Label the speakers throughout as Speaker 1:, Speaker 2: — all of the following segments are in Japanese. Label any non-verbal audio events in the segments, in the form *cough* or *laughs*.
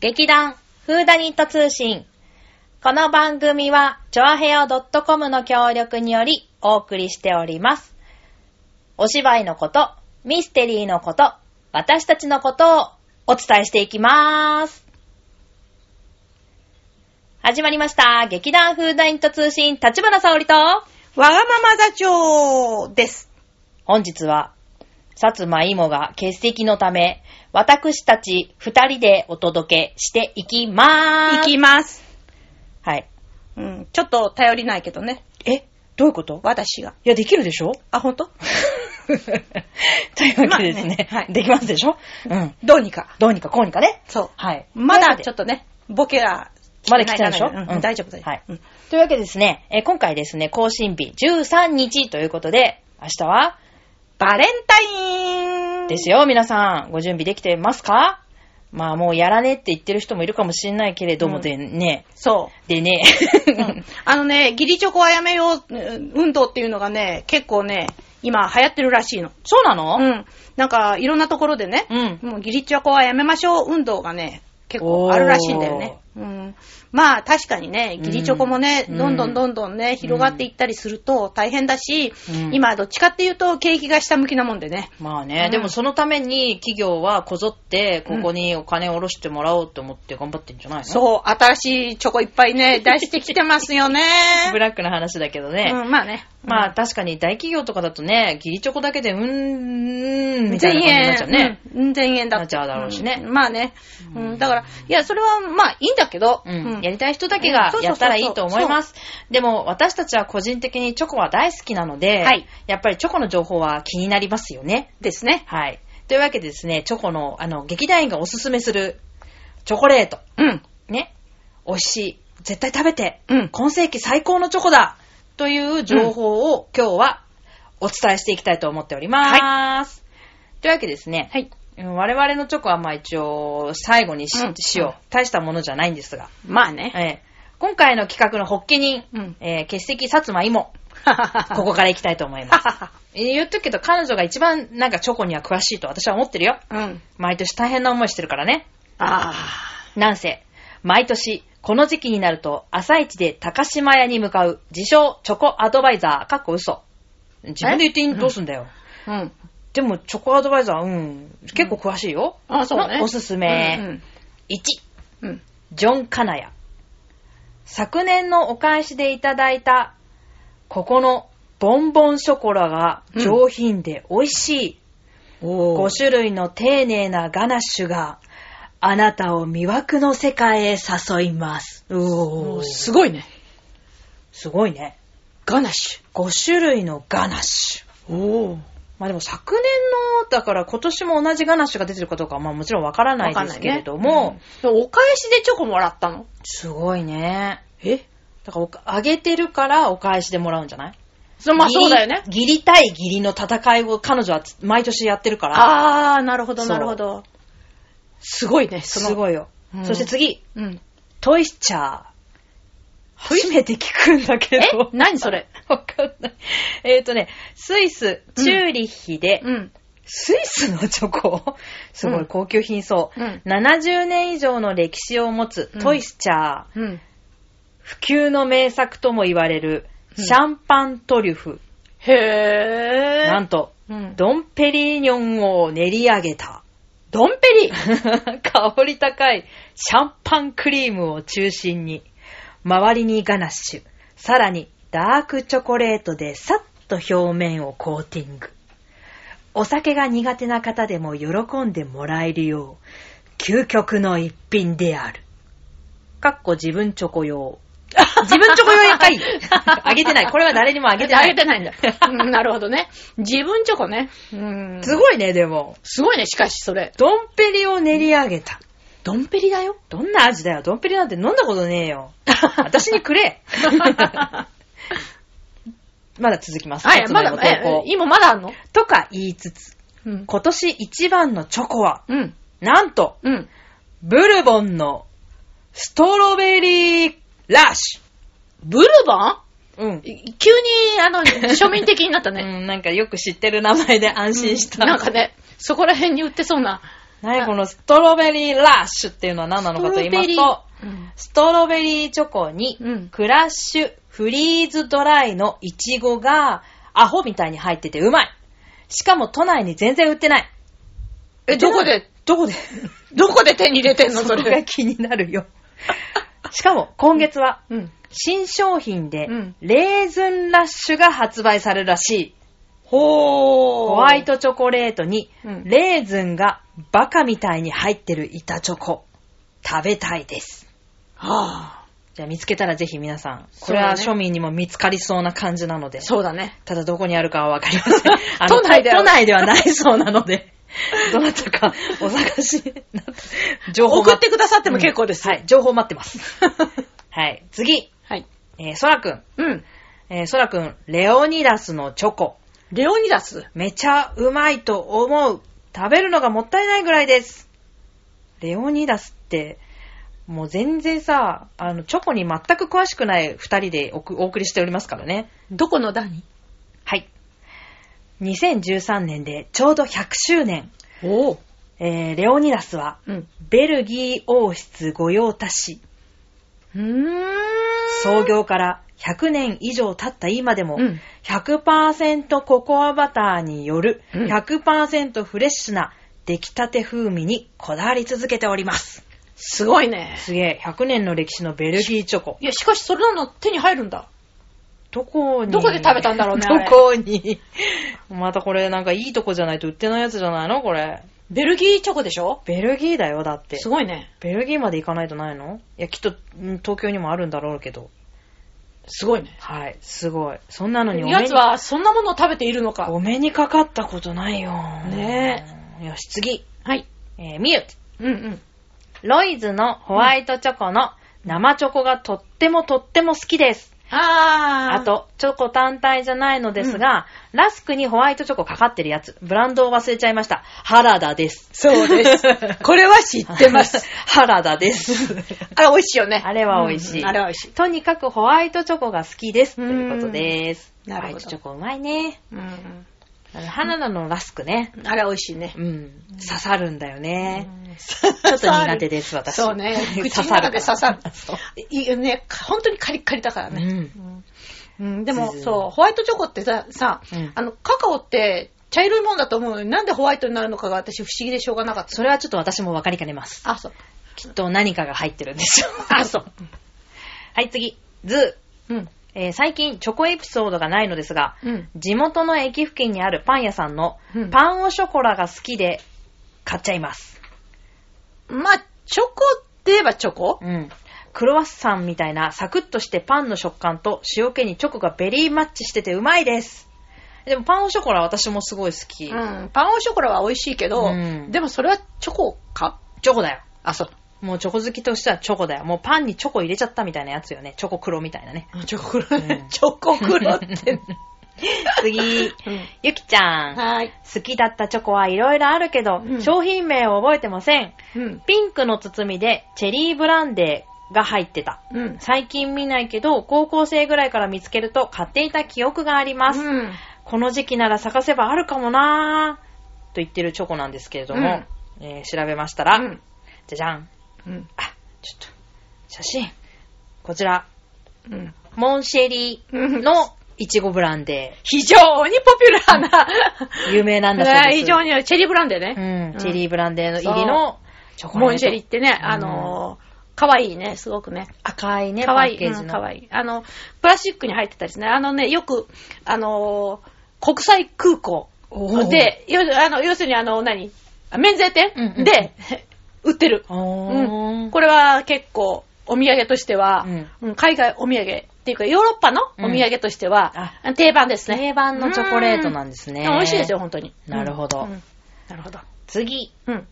Speaker 1: 劇団フーダニット通信。この番組は、ちょあへよ .com の協力によりお送りしております。お芝居のこと、ミステリーのこと、私たちのことをお伝えしていきます。始まりました。劇団フーダニット通信、立花沙織と、
Speaker 2: わがまま座長です。
Speaker 1: 本日は、薩摩芋が欠席のため、私たち二人でお届けしていきまー
Speaker 2: い
Speaker 1: す。
Speaker 2: きます。
Speaker 1: はい。
Speaker 2: うん、ちょっと頼りないけどね。
Speaker 1: えどういうこと
Speaker 2: 私が。
Speaker 1: いや、できるでし
Speaker 2: *laughs*
Speaker 1: ょ
Speaker 2: あ、ほんと
Speaker 1: というわけでですね。
Speaker 2: まあねはい
Speaker 1: できますでしょうん。
Speaker 2: どうにか。
Speaker 1: どうにかこうにかね。
Speaker 2: そ
Speaker 1: はい。
Speaker 2: う。まだ
Speaker 1: というわけで
Speaker 2: ちょっとね、ボケが
Speaker 1: まだ来てないでしょ
Speaker 2: うん
Speaker 1: うん
Speaker 2: 大丈夫、大丈夫。
Speaker 1: はい
Speaker 2: うん
Speaker 1: というわけでですね、えー今回ですね、更新日13日ということで、明日は、
Speaker 2: バレンタイン
Speaker 1: ですよ、皆さん。ご準備できてますかまあ、もうやらねって言ってる人もいるかもしれないけれども、
Speaker 2: うん
Speaker 1: でね、
Speaker 2: そ
Speaker 1: でね、
Speaker 2: う、うんあのね、ギリチョコはやめよううん運動っていうのがね、結構ね、今流行ってるらしいの。
Speaker 1: *laughs* そうなの
Speaker 2: うん。なんか、いろんなところでね、
Speaker 1: うん
Speaker 2: もうギリチョコはやめましょう運動がね、結構あるらしいんだよね。うん。まあ、確かにね、ギリチョコもね、
Speaker 1: うん
Speaker 2: どんどんどんどんね、広がっていったりすると大変だし、
Speaker 1: うん
Speaker 2: 今、どっちかっていうと、景気が下向きなもんでね。
Speaker 1: まあね、
Speaker 2: うん
Speaker 1: でもそのために企業はこぞって、ここにお金を下ろしてもらおうと思って頑張ってんじゃないの、
Speaker 2: そう、新しいチョコいっぱ
Speaker 1: *laughs*
Speaker 2: いね、出してきてますよね。
Speaker 1: ブラックな話だけどね。
Speaker 2: うん、まあね。
Speaker 1: ま
Speaker 2: あ、
Speaker 1: あ確かに大企業とかだとね、ギリチョコだけで、うーん、みたいな感じ
Speaker 2: 全
Speaker 1: になっちゃうね
Speaker 2: 円。。うん、全円だ
Speaker 1: なっちゃうだろうしね
Speaker 2: んまあね。うん、だから、いや、それはまあいいんだけど、
Speaker 1: うん
Speaker 2: う、ん
Speaker 1: やりたい人だけがやったらいいと思います。でも私たちは個人的にチョコは大好きなので、
Speaker 2: はい
Speaker 1: やっぱりチョコの情報は気になりますよね。
Speaker 2: ですね。
Speaker 1: はい。というわけでですね、チョコの、あの、劇団員がおすすめするチョコレート。
Speaker 2: うん。
Speaker 1: ね、美味しい、絶対食べて、
Speaker 2: うん
Speaker 1: 今世紀最高のチョコだという情報を今日はお伝えしていきたいと思っております。というわけですね、
Speaker 2: はい。
Speaker 1: うん我々のチョコはまあ一応最後にし,、
Speaker 2: うん
Speaker 1: しよう、
Speaker 2: うん
Speaker 1: 大したものじゃないんですが、
Speaker 2: まあね。
Speaker 1: ええ今回の企画の発起人、
Speaker 2: うん
Speaker 1: ええ欠席薩摩芋、こ
Speaker 2: こ
Speaker 1: こからいきたいと思います。えー言っとくけど彼女が一番なんかチョコには詳しいと私は思ってるよ。
Speaker 2: うん。
Speaker 1: 毎年大変な思いしてるからね。
Speaker 2: あ
Speaker 1: なんせ、毎年、この時期になると、朝一で高島屋に向かう、自称、チョコアドバイザー、かっこ嘘。自分で言っていい
Speaker 2: え
Speaker 1: どうすんだよ。
Speaker 2: あ。うん。
Speaker 1: でも、チョコアドバイザー、うん、結構詳しいよ。
Speaker 2: あそうね。
Speaker 1: のおすすめ。1、
Speaker 2: うん。うん。
Speaker 1: ジョン・カナヤ。昨年のお返しでいただいた、ここの、ボンボンショコラが上品で美味しい。
Speaker 2: お
Speaker 1: 5種類の丁寧なガナッシュが、あなたを魅惑の世界へ誘います。おーす
Speaker 2: すごいね。
Speaker 1: すごいね。
Speaker 2: ガナッシ
Speaker 1: 5種類のガナッシュ。
Speaker 2: ュ。おお。
Speaker 1: まあでも昨年の、だから今年も同じガナッシュが出てるかどうかはまあもちろんわからないですけれども、
Speaker 2: お返しでチョコもらったの
Speaker 1: すごいね。
Speaker 2: え
Speaker 1: だからおか、あげてるからお返しでもらうんじゃない
Speaker 2: そまあそうだよね。
Speaker 1: ギリギリ対ギリの戦いを彼女はつ毎年やってるから、
Speaker 2: あー、なるほど、
Speaker 1: そう
Speaker 2: なるほど。すごいね、その。
Speaker 1: すごいよ。
Speaker 2: うん
Speaker 1: そして次、
Speaker 2: うん。
Speaker 1: トイスチャー。初めて聞くんだけ
Speaker 2: え
Speaker 1: ど。
Speaker 2: 何それ
Speaker 1: *laughs* わかんない。えっ、とね、スイス、チューリッヒで、
Speaker 2: うん。
Speaker 1: スイスのチョコすご
Speaker 2: う
Speaker 1: い
Speaker 2: ん
Speaker 1: 高級品そう、
Speaker 2: うん
Speaker 1: 70年以上の歴史を持つトイスチャー、
Speaker 2: うん。
Speaker 1: 普及の名作とも言われる
Speaker 2: うん
Speaker 1: シャンパントリュフ。
Speaker 2: へえ。
Speaker 1: なんと、
Speaker 2: うん。
Speaker 1: ドンペリーニョンを練り上げた。
Speaker 2: ドンペ
Speaker 1: *laughs*
Speaker 2: リ
Speaker 1: 香り高いシャンパンクリームを中心に、周りにガナッシュ、さらにダークチョコレートでさっと表面をコーティング。お酒が苦手な方でも喜んでもらえるよう、究極の一品である。かっこ自分チョコ
Speaker 2: *laughs*
Speaker 1: 用。自分チョコ用やっぱり *laughs* あげてない。これは誰にもあげてない。
Speaker 2: あげてない *laughs* んだ。うんなるほどね。自分チョコね。うん。
Speaker 1: すごいね、でも。
Speaker 2: すごいね、しかしそれ。
Speaker 1: ドンペリを練り上げた。
Speaker 2: ドンペリ *laughs* だよ。
Speaker 1: どんな味だよ。ドンペリなんて飲んだことねえよ。私にくれ。 *laughs* まだ続きます。
Speaker 2: はい、
Speaker 1: つ
Speaker 2: ま
Speaker 1: ま
Speaker 2: だ
Speaker 1: いも、投
Speaker 2: え
Speaker 1: 稿、
Speaker 2: 今まだあんの
Speaker 1: とか言いつつ、
Speaker 2: うん。
Speaker 1: 今年一番のチョコは、
Speaker 2: うん。
Speaker 1: なんと、
Speaker 2: うん。
Speaker 1: ブルボンのストロベリーラッシ
Speaker 2: ブルボン
Speaker 1: ュ。うん。
Speaker 2: い急に、 *laughs* あの、庶民的になったね。
Speaker 1: うん、なんかよく知ってる名前で安心した。
Speaker 2: なんかね、そこら辺に売ってそうな。
Speaker 1: 何このストロベリーラッシュっていうのは何なのかと言いますと、ストロベリーチョコに
Speaker 2: うん、
Speaker 1: クラッシュフリーズドライのイチゴがアホみたいに入っててうまい。しかも都内に全然売ってない。
Speaker 2: え、どこで、
Speaker 1: どこで
Speaker 2: どこで手に入れてんのそ
Speaker 1: そこが
Speaker 2: れ。
Speaker 1: 気になる
Speaker 2: *laughs*
Speaker 1: よ。しかも今月は
Speaker 2: うん。
Speaker 1: 新商品で
Speaker 2: うん
Speaker 1: レーズンラッシュが発売されるらしい。
Speaker 2: ほー。
Speaker 1: ホワイ。トチョコレートに
Speaker 2: うん
Speaker 1: レーズンがバカみたいに入ってる板チョコ。食べたいです。
Speaker 2: は
Speaker 1: じゃあ見つけたらぜひ皆さん、こ
Speaker 2: そう
Speaker 1: れ
Speaker 2: だ
Speaker 1: は
Speaker 2: ね
Speaker 1: 庶民にも見つかりそうな感じなので
Speaker 2: ぁ。。そうだね。
Speaker 1: ただどこにあるかはわかりま
Speaker 2: *laughs*
Speaker 1: せん。あの
Speaker 2: 都内では
Speaker 1: 都内ではないそうなの
Speaker 2: *laughs*
Speaker 1: で、どなたかお探しになった情報
Speaker 2: 送ってくださっても結構です。
Speaker 1: はい、情報待ってます。 *laughs* はい、次、
Speaker 2: はい。
Speaker 1: えー、そらくん。
Speaker 2: うん。
Speaker 1: えー、そらくん、レオニダスのチョコ。
Speaker 2: レオニダス。
Speaker 1: めちゃうまいと思う。食べるのがもったいないぐらいです。レオニダスって、もう全然さ、あの、チョコに全く詳しくない二人でおくお送りしておりますからね。
Speaker 2: どこの何
Speaker 1: はい。2013年でちょうど100周年、
Speaker 2: おー。
Speaker 1: えー、レオニダスは、
Speaker 2: うん。
Speaker 1: ベルギー王室御用達、
Speaker 2: うーん。
Speaker 1: 創業から100年以上経った今でも、
Speaker 2: うん
Speaker 1: 100%ココアバターによる
Speaker 2: うん
Speaker 1: 100%フレッシュな出来たて風味にこだわり続けております。
Speaker 2: すごいね。
Speaker 1: すげえ、100年の歴史のベルギーチョコ。
Speaker 2: いや、しかしそれなの手に入るんだ。
Speaker 1: どこに
Speaker 2: どこで食べたんだろうねあれ
Speaker 1: どこに *laughs* またこれなんかいいとこじゃないと売ってないやつじゃないのこれ。
Speaker 2: ベルギーチョコでしょ
Speaker 1: ベルギーだよ、だって。
Speaker 2: すごいね。
Speaker 1: ベルギーまで行かないとないのいや、きっと、ん東京にもあるんだろうけど。
Speaker 2: すごいね。
Speaker 1: はい、すごい。そんなのにお目
Speaker 2: や
Speaker 1: に
Speaker 2: つはそんなものを食べているのか。
Speaker 1: お目にかかったことないよ。
Speaker 2: ね
Speaker 1: え。よし、次。
Speaker 2: はい。
Speaker 1: えー、みゆ。
Speaker 2: うんうん。
Speaker 1: ロイズのホワイトチョコの生チョコがとってもとっても好きです。
Speaker 2: あー。
Speaker 1: あ。と、チョコ単体じゃないのですが、ラスクにホワイトチョコかかってるやつ。ブランドを忘れちゃいました。原田です。
Speaker 2: そ
Speaker 1: *laughs*
Speaker 2: うです。これは知って *laughs* ます。。
Speaker 1: 原田です。
Speaker 2: あれ美味しいよね。
Speaker 1: あれは美味しい
Speaker 2: うんあれは美味し
Speaker 1: *laughs*
Speaker 2: い。
Speaker 1: とにかくホワイトチョコが好きです。ということです。
Speaker 2: うんなる
Speaker 1: ホ
Speaker 2: ほど
Speaker 1: ワイトチョコうまいね。
Speaker 2: うんうん。
Speaker 1: あの花菜のラスクね。
Speaker 2: あれ美味しいね。
Speaker 1: うん。刺さるんだよね。
Speaker 2: *laughs* ちょ
Speaker 1: ちょっと苦手です、私。。
Speaker 2: そう *laughs* ね口の中で刺さる
Speaker 1: からそう。
Speaker 2: いいよね。本当にカリッカリだからね。
Speaker 1: うん
Speaker 2: うんでも
Speaker 1: ず、ず
Speaker 2: そう、ホワイトチョコってさ、さ
Speaker 1: うん
Speaker 2: あの、カカオって茶色いもんだと思うのに、なんでホワイトになるのかが私不思議でしょうがなかった。
Speaker 1: それはちょっと私も分かりかねます。
Speaker 2: あ、そう。
Speaker 1: きっと何かが入ってるんでしょう。 *laughs*
Speaker 2: あ、そう。
Speaker 1: はい、次。ズ
Speaker 2: うん。
Speaker 1: ー。えー最近、チョコエピソードがないのですが、
Speaker 2: うん。
Speaker 1: 地元の駅付近にあるパン屋さんの
Speaker 2: うん
Speaker 1: パンオショコラが好きで買っちゃいます。
Speaker 2: まあ、チョコって言えばチョコ
Speaker 1: うん。クロワッサンみたいなサクッとしてパンの食感と塩気にチョコがベリーマッチしててうまいです。でもパンオショコラ私もすごい好き。
Speaker 2: うん。パンオショコラは美味しいけど、
Speaker 1: うん
Speaker 2: でもそれはチョコか
Speaker 1: チョコだよ。
Speaker 2: あ、そう。
Speaker 1: もうチョコ好きとしてはチョコだよ。もうパンにチョコ入れちゃったみたいなやつよね。チョコ黒みたいなね。
Speaker 2: チョコ黒
Speaker 1: うん
Speaker 2: ね。チョコ黒って。
Speaker 1: 次、
Speaker 2: *laughs* うん
Speaker 1: ゆきちゃん。
Speaker 2: はい。
Speaker 1: 好きだったチョコはいろいろあるけど、
Speaker 2: うん
Speaker 1: 商品名を覚えてません。
Speaker 2: うん。
Speaker 1: ピンクの包みでチェリーブランデーが入ってた。
Speaker 2: うん。
Speaker 1: 最近見ないけど、高校生ぐらいから見つけると買っていた記憶があります。
Speaker 2: うん。
Speaker 1: この時期なら咲かせばあるかもなぁ、と言ってるチョコなんですけれども、えー調べましたら、
Speaker 2: うん
Speaker 1: じゃじゃん。
Speaker 2: うん。
Speaker 1: あ、ちょっと、写真。こちら、
Speaker 2: うん。
Speaker 1: モンシェリーのいちごブランデ
Speaker 2: 非常にポピュラーな。
Speaker 1: ー。有名なんだ
Speaker 2: *laughs*
Speaker 1: そうです。
Speaker 2: ね非常に、チェリーブランデーね。
Speaker 1: うん、
Speaker 2: うん
Speaker 1: チェリーブランデーの入りのチョコレート。
Speaker 2: モンシェリってね、あのー、可愛いね、すごくね。
Speaker 1: 赤いね、
Speaker 2: 可愛い
Speaker 1: パッケージ
Speaker 2: うん
Speaker 1: の。
Speaker 2: 可愛いあの、プラスチックに入ってたりしてね、あのね、よく、あのー、国際空港
Speaker 1: おー
Speaker 2: で、よあの要するにあの、何あ免税店、
Speaker 1: うんうん
Speaker 2: で、売ってる。
Speaker 1: おー
Speaker 2: うんこれは結構、お土産としては、うん海外お土産っていうか、ヨーロッパのお土産としては、定番ですね。
Speaker 1: 定番のチョコレートなんですね
Speaker 2: うん美味しいですよ、本当に。
Speaker 1: なるほど
Speaker 2: うんなるほど。
Speaker 1: 次。
Speaker 2: うん。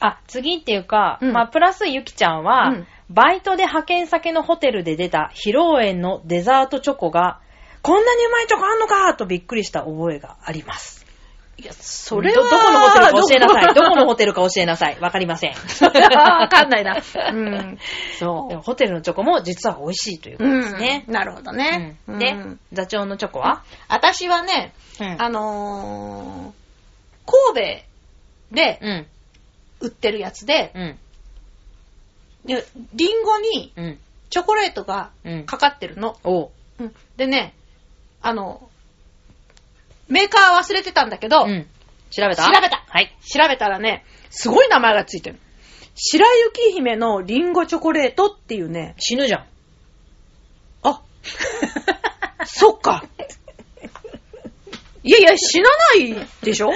Speaker 1: あ、次っていうか、
Speaker 2: うん
Speaker 1: まあ、プラスゆきちゃんは、
Speaker 2: うん
Speaker 1: バイトで派遣先のホテルで出た披露宴のデザートチョコが、こんなにうまいチョコあんのかとびっくりした覚えがあります。
Speaker 2: いや、それは
Speaker 1: ど、どこのホテルか教えなさい。どこのホテルか教えなさい。わかりま *laughs* せん。
Speaker 2: それは *laughs* わかんないな。うん。
Speaker 1: で
Speaker 2: そ
Speaker 1: もホテルのチョコも実は美味しいという
Speaker 2: う。
Speaker 1: ことですね
Speaker 2: ん。。なるほどね。
Speaker 1: うん
Speaker 2: う
Speaker 1: で
Speaker 2: ん、
Speaker 1: 座長のチョコは、
Speaker 2: 私はね、
Speaker 1: うん
Speaker 2: あのー神戸で、
Speaker 1: うん。
Speaker 2: 売ってるやつで、
Speaker 1: うん。
Speaker 2: でリンゴに
Speaker 1: うん。
Speaker 2: チョコレートが
Speaker 1: うん。
Speaker 2: かかってるの。
Speaker 1: おう。
Speaker 2: うんでね、あの、メーカーは忘れてたんだけど、
Speaker 1: うん。調べた
Speaker 2: 調べた
Speaker 1: はい。
Speaker 2: 調べたらね、すごい名前がついてる。白雪姫のリンゴチョコレートっていうね、
Speaker 1: 死ぬじゃん。 *laughs*
Speaker 2: あ、そっか。いやいや、死なないでしょ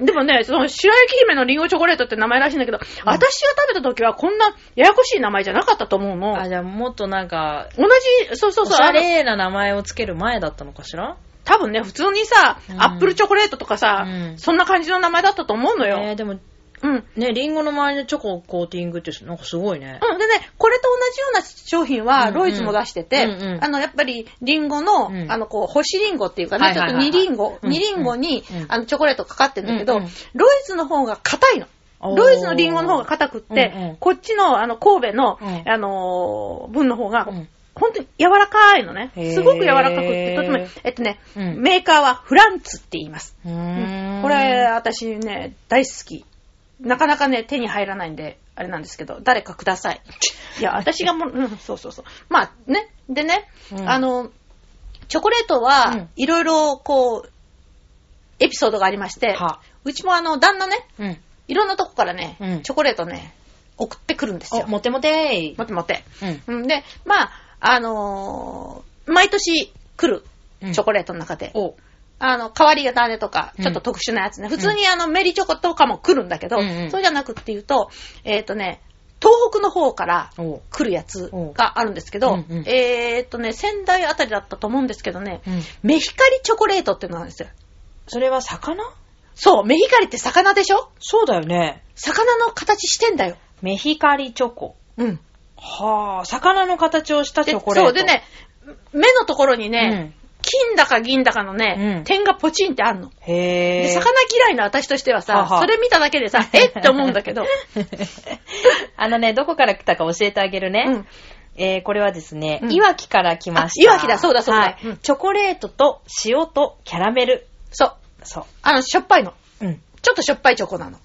Speaker 2: でもね、その白雪姫のリンゴチョコレートって名前らしいんだけど、私が食べた時はこんなややこしい名前じゃなかったと思うの。
Speaker 1: あ、じゃあもっとなんか、
Speaker 2: 同じ、そうそう
Speaker 1: お
Speaker 2: そう
Speaker 1: し、ゃ
Speaker 2: あの
Speaker 1: れな名前をつける前だったのかしら
Speaker 2: 多分ね、普通にさ
Speaker 1: う、ん
Speaker 2: アップルチョコレートとかさ、
Speaker 1: うん
Speaker 2: そんな感じの名前だったと思うのよ。
Speaker 1: えー、でも、
Speaker 2: うん。
Speaker 1: ね、リンゴの周りのチョコをコーティングって、なんかすごいね。
Speaker 2: うん、でね、これと同じような商品は、
Speaker 1: うん
Speaker 2: ロイズも出してて、
Speaker 1: うんうん
Speaker 2: あの、やっぱり、リンゴの、
Speaker 1: うん
Speaker 2: あの、こう、干しリンゴっていうかね、
Speaker 1: はいはいはいはい
Speaker 2: ちょっと煮リンゴ、
Speaker 1: うん
Speaker 2: 煮リンゴに、
Speaker 1: うん
Speaker 2: あの、チョコレートかかってるんだけど、
Speaker 1: うんうん
Speaker 2: ロイズの方が硬いの。
Speaker 1: おー
Speaker 2: ロイズのリンゴの方が硬くって、
Speaker 1: うんうん
Speaker 2: こっちの、あの、神戸の、
Speaker 1: うん
Speaker 2: あのー分の方が、
Speaker 1: うん
Speaker 2: 本当に柔らかいのね。
Speaker 1: へー
Speaker 2: すごく柔らかくって、とても、えっとね、
Speaker 1: うん
Speaker 2: メーカーはフランツって言います。
Speaker 1: う
Speaker 2: う
Speaker 1: ー
Speaker 2: ん
Speaker 1: ん
Speaker 2: これ、、私ね、大好き。なかなかね、手に入らないんで、あれなんですけど、誰かくだ
Speaker 1: *laughs*
Speaker 2: さい。いや、私がもう、うん、そうそうそう。まあ、ね。でね、
Speaker 1: うん
Speaker 2: あの、チョコレート
Speaker 1: う
Speaker 2: は
Speaker 1: ん、
Speaker 2: いろいろ、こう、エピソードがありまして、
Speaker 1: は
Speaker 2: うちもあの、旦那ね、
Speaker 1: うん。
Speaker 2: いろんなとこからね、
Speaker 1: うん
Speaker 2: チョコレートね、送ってくるんです
Speaker 1: お、
Speaker 2: よ。
Speaker 1: モテモテー
Speaker 2: 待って待って。
Speaker 1: うん。
Speaker 2: うん、で、まあ、あのー毎年来る、チョコレートの中で。
Speaker 1: お、
Speaker 2: あの、変わり種とか、
Speaker 1: うん
Speaker 2: ちょっと特殊なやつね。普通にあの、メリチョコとかも来るんだけど、
Speaker 1: うんうん
Speaker 2: そうじゃなくって言うと、えっ、とね、東北の方から
Speaker 1: お、
Speaker 2: 来るやつがあるんですけど、
Speaker 1: うんうん
Speaker 2: えっ、とね、仙台あたりだったと思うんですけどね、
Speaker 1: うん。
Speaker 2: メヒカリチョコレートっていうのなんですよ。
Speaker 1: それは魚
Speaker 2: そう、メヒカリって魚でしょ
Speaker 1: そうだよね。
Speaker 2: 魚の形してんだよ。
Speaker 1: メヒカリチョコ。
Speaker 2: うん。
Speaker 1: はあ、魚の形をした
Speaker 2: で、
Speaker 1: チョコレート。
Speaker 2: そう、でね、目のところにね、金だか銀だかのね、
Speaker 1: うん
Speaker 2: 点がポチンってあるの。
Speaker 1: うん。へ
Speaker 2: で、
Speaker 1: え。
Speaker 2: 魚嫌いの私としてはさ
Speaker 1: は、は
Speaker 2: それ見ただけ
Speaker 1: *laughs*
Speaker 2: でさ、えって思うんだけど、
Speaker 1: あのね、どこから来たか教えてあげるね。
Speaker 2: うん
Speaker 1: えーこれはですね、
Speaker 2: うん
Speaker 1: いわきから来ました。
Speaker 2: あいわきだそうだそうだ
Speaker 1: はい
Speaker 2: うん
Speaker 1: チョコレートと塩とキャラメル。
Speaker 2: そう。
Speaker 1: そ
Speaker 2: あの、しょっぱいの。
Speaker 1: う。うん。
Speaker 2: ちょっとしょっぱいチョコなの。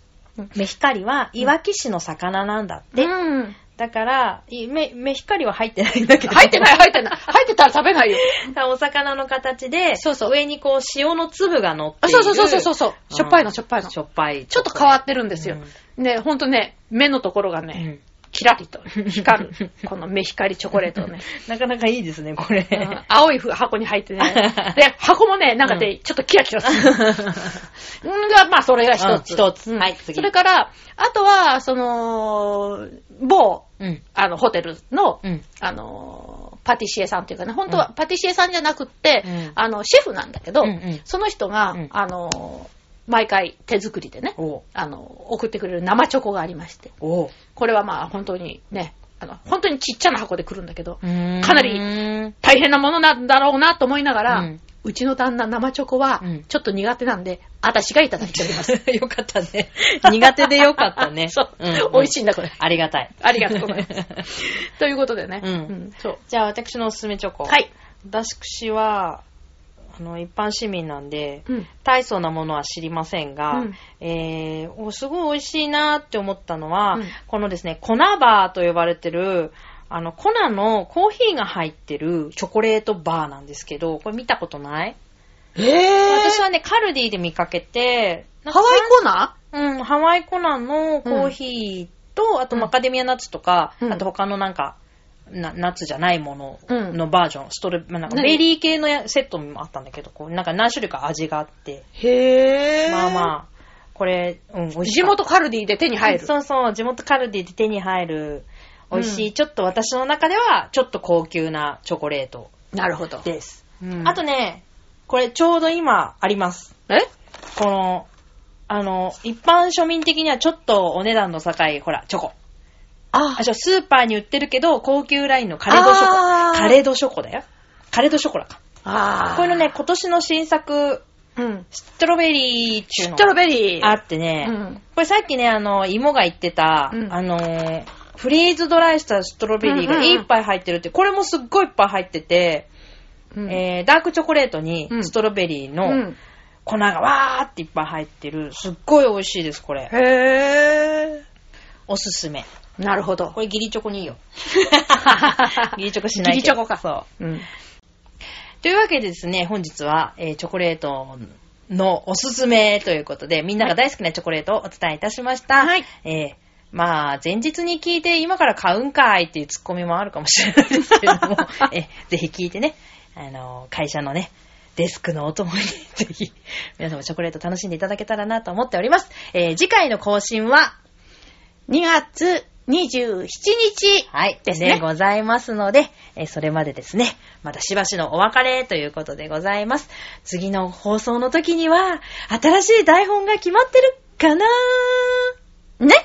Speaker 1: メヒカリは、いわき市の魚なんだって。
Speaker 2: うん。
Speaker 1: だから、いメメヒカリは入ってないんだけど。
Speaker 2: 入ってない、入ってない。入ってたら食べないよ。
Speaker 1: *laughs* お魚の形で、
Speaker 2: そうそう
Speaker 1: 上にこう塩の粒が乗って
Speaker 2: あ
Speaker 1: いる。
Speaker 2: そうそうそうそうそう。しょっぱいの、しょっぱいの。
Speaker 1: し
Speaker 2: ちょ
Speaker 1: ょっぱい。
Speaker 2: っと変わってるんですよ。ね、ほんとね、目のところが
Speaker 1: う
Speaker 2: ね、
Speaker 1: ん
Speaker 2: キラリ
Speaker 1: *laughs*
Speaker 2: と光る。この目光チョコレートをね。
Speaker 1: なかなかいいですね、これ。
Speaker 2: うん青い箱に入っ
Speaker 1: *laughs*
Speaker 2: てね。で、箱もね、なんか
Speaker 1: う
Speaker 2: で、ちょっとキラキラする。
Speaker 1: *laughs*
Speaker 2: んが、まあ、それが一つ。
Speaker 1: うん一つ
Speaker 2: うん
Speaker 1: はい次
Speaker 2: それから、あとは、その、某、
Speaker 1: うん。
Speaker 2: あの、ホテルの、
Speaker 1: うん。
Speaker 2: あのーパティシエさんっていうかね、本当
Speaker 1: う
Speaker 2: は
Speaker 1: ん
Speaker 2: パティシエさんじゃなくって、
Speaker 1: うん
Speaker 2: あの、シェフなんだけど、
Speaker 1: うんうん
Speaker 2: その人が、
Speaker 1: うん
Speaker 2: あのー毎回手作りでね、
Speaker 1: おう
Speaker 2: あの送ってくれる生チョコがありまして、
Speaker 1: おう
Speaker 2: これはまあ本当にね、あの、本当にちっちゃな箱で来るんだけど、
Speaker 1: か
Speaker 2: かなり大変なものなんだろうなと思いながら、
Speaker 1: う
Speaker 2: うんちの旦那生チョコは
Speaker 1: うん、
Speaker 2: ちょっと苦手なんで、私がいただいております。。
Speaker 1: *laughs* よかったね。苦手でよかったね *laughs*
Speaker 2: *laughs* そう、
Speaker 1: ん
Speaker 2: 美味しいんだこれ。
Speaker 1: ありがたい。
Speaker 2: ありがとうございます。ということでね、
Speaker 1: うん
Speaker 2: そう。
Speaker 1: *laughs* じゃあ、私のおすすめチョコ。
Speaker 2: はい。
Speaker 1: 私は、あの、一般市民なんで、
Speaker 2: うん
Speaker 1: 大層なものは知りませんが、
Speaker 2: うん
Speaker 1: えーおすごい美味しいなって思ったのは、
Speaker 2: うん
Speaker 1: このですね、コナバーと呼ばれてる、あの、コナのコーヒーが入ってるチョコレートバーなんですけど、これ見たことない、
Speaker 2: えー
Speaker 1: 私はね、カルディで見かけて、なん
Speaker 2: ハ
Speaker 1: か
Speaker 2: ワイコーナ
Speaker 1: うん、ハワイコナンのコーヒーと、あと
Speaker 2: うん
Speaker 1: マカデミアナッツとか、
Speaker 2: うん
Speaker 1: あと他のなんか、なナッツじゃないも
Speaker 2: う
Speaker 1: の
Speaker 2: ん
Speaker 1: のバージョン、ストレ、まあなんか
Speaker 2: 何
Speaker 1: ベリー系のやセットもあったんだけど、こうなんか何種類か味があって、
Speaker 2: ーへ
Speaker 1: まあ
Speaker 2: あ。
Speaker 1: まあ、これ、うん、美味しい。
Speaker 2: 地元カルディで手に入る。
Speaker 1: そうそう、地元カルディで手に入る、美味しい、
Speaker 2: う
Speaker 1: ちょっと私の中では、ちょっと高級なチョコレート
Speaker 2: なるほど。
Speaker 1: です。
Speaker 2: うん
Speaker 1: あとね、これちょうど今あります。
Speaker 2: え
Speaker 1: この、あの、一般庶民的にはちょっとお値段の高い、ほら、チョコ。
Speaker 2: あ
Speaker 1: あ、じゃあスーパーに売ってるけど、高級ラインのカレードショ
Speaker 2: あ
Speaker 1: コ。
Speaker 2: ー
Speaker 1: カレードショコだよ。カレードショコラか。
Speaker 2: あ
Speaker 1: こういうのね、、今年の新作、
Speaker 2: うん。
Speaker 1: ストロベリーってい
Speaker 2: シ
Speaker 1: う
Speaker 2: ッ
Speaker 1: の
Speaker 2: トロベリー。
Speaker 1: あってね、
Speaker 2: うん
Speaker 1: これさっきね、あの、芋が言ってた、
Speaker 2: うん
Speaker 1: あのー、フリーズドライしたストロベリー
Speaker 2: うん
Speaker 1: が
Speaker 2: うんうん
Speaker 1: いっぱい入ってるって、これもすっごいいっぱい入ってて、
Speaker 2: うん
Speaker 1: えー、ダークチョコレートに
Speaker 2: うん
Speaker 1: ストロベリーの、
Speaker 2: うん
Speaker 1: 粉がわーっていっぱい入ってる。すっごい美味しいです、これ。
Speaker 2: へ
Speaker 1: おすすめ。
Speaker 2: ー。なるほど
Speaker 1: こ。れ *laughs* ギリチョコにいいよ。ギリチョコしない
Speaker 2: ギリチョコか。
Speaker 1: そう。
Speaker 2: うん。
Speaker 1: というわけでですね、本日は、えーチョコレートのおすすめということで、みんなが大好きなチョコレートをお伝えいたしました。
Speaker 2: はい
Speaker 1: えーまあ、前日に聞いて、今から買うんかいっていうツッコミもあるかもしれないですけれど *laughs* も、えーぜひ聞いてね、あのー、会社のね、デスクのお供に、ぜひ、皆様チョコレート楽しんでいただけたらなと思っております。えー次回の更新は、
Speaker 2: 2月27日。
Speaker 1: はい、
Speaker 2: ですね
Speaker 1: でございますので、えーそれまでですね、またしばしのお別れということでございます。次の放送の時には、新しい台本が決まってるかな
Speaker 2: ね